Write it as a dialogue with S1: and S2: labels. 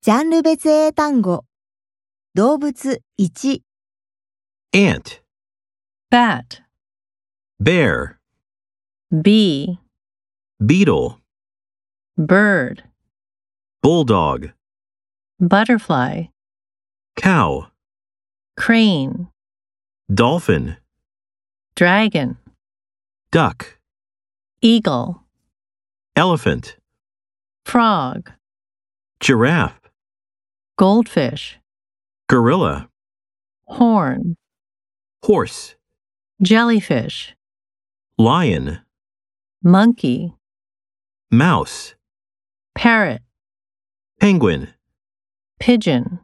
S1: ジャンル別英単語。動物1、
S2: ant,
S3: bat,
S2: bear,
S3: bee,
S2: beetle,
S3: bird,
S2: bulldog,
S3: butterfly,
S2: cow,
S3: crane,
S2: dolphin,
S3: dragon,
S2: duck,
S3: eagle,
S2: elephant,
S3: frog,
S2: giraffe,
S3: goldfish,
S2: gorilla,
S3: horn,
S2: horse,
S3: jellyfish,
S2: lion,
S3: monkey,
S2: mouse,
S3: parrot,
S2: penguin.
S3: pigeon.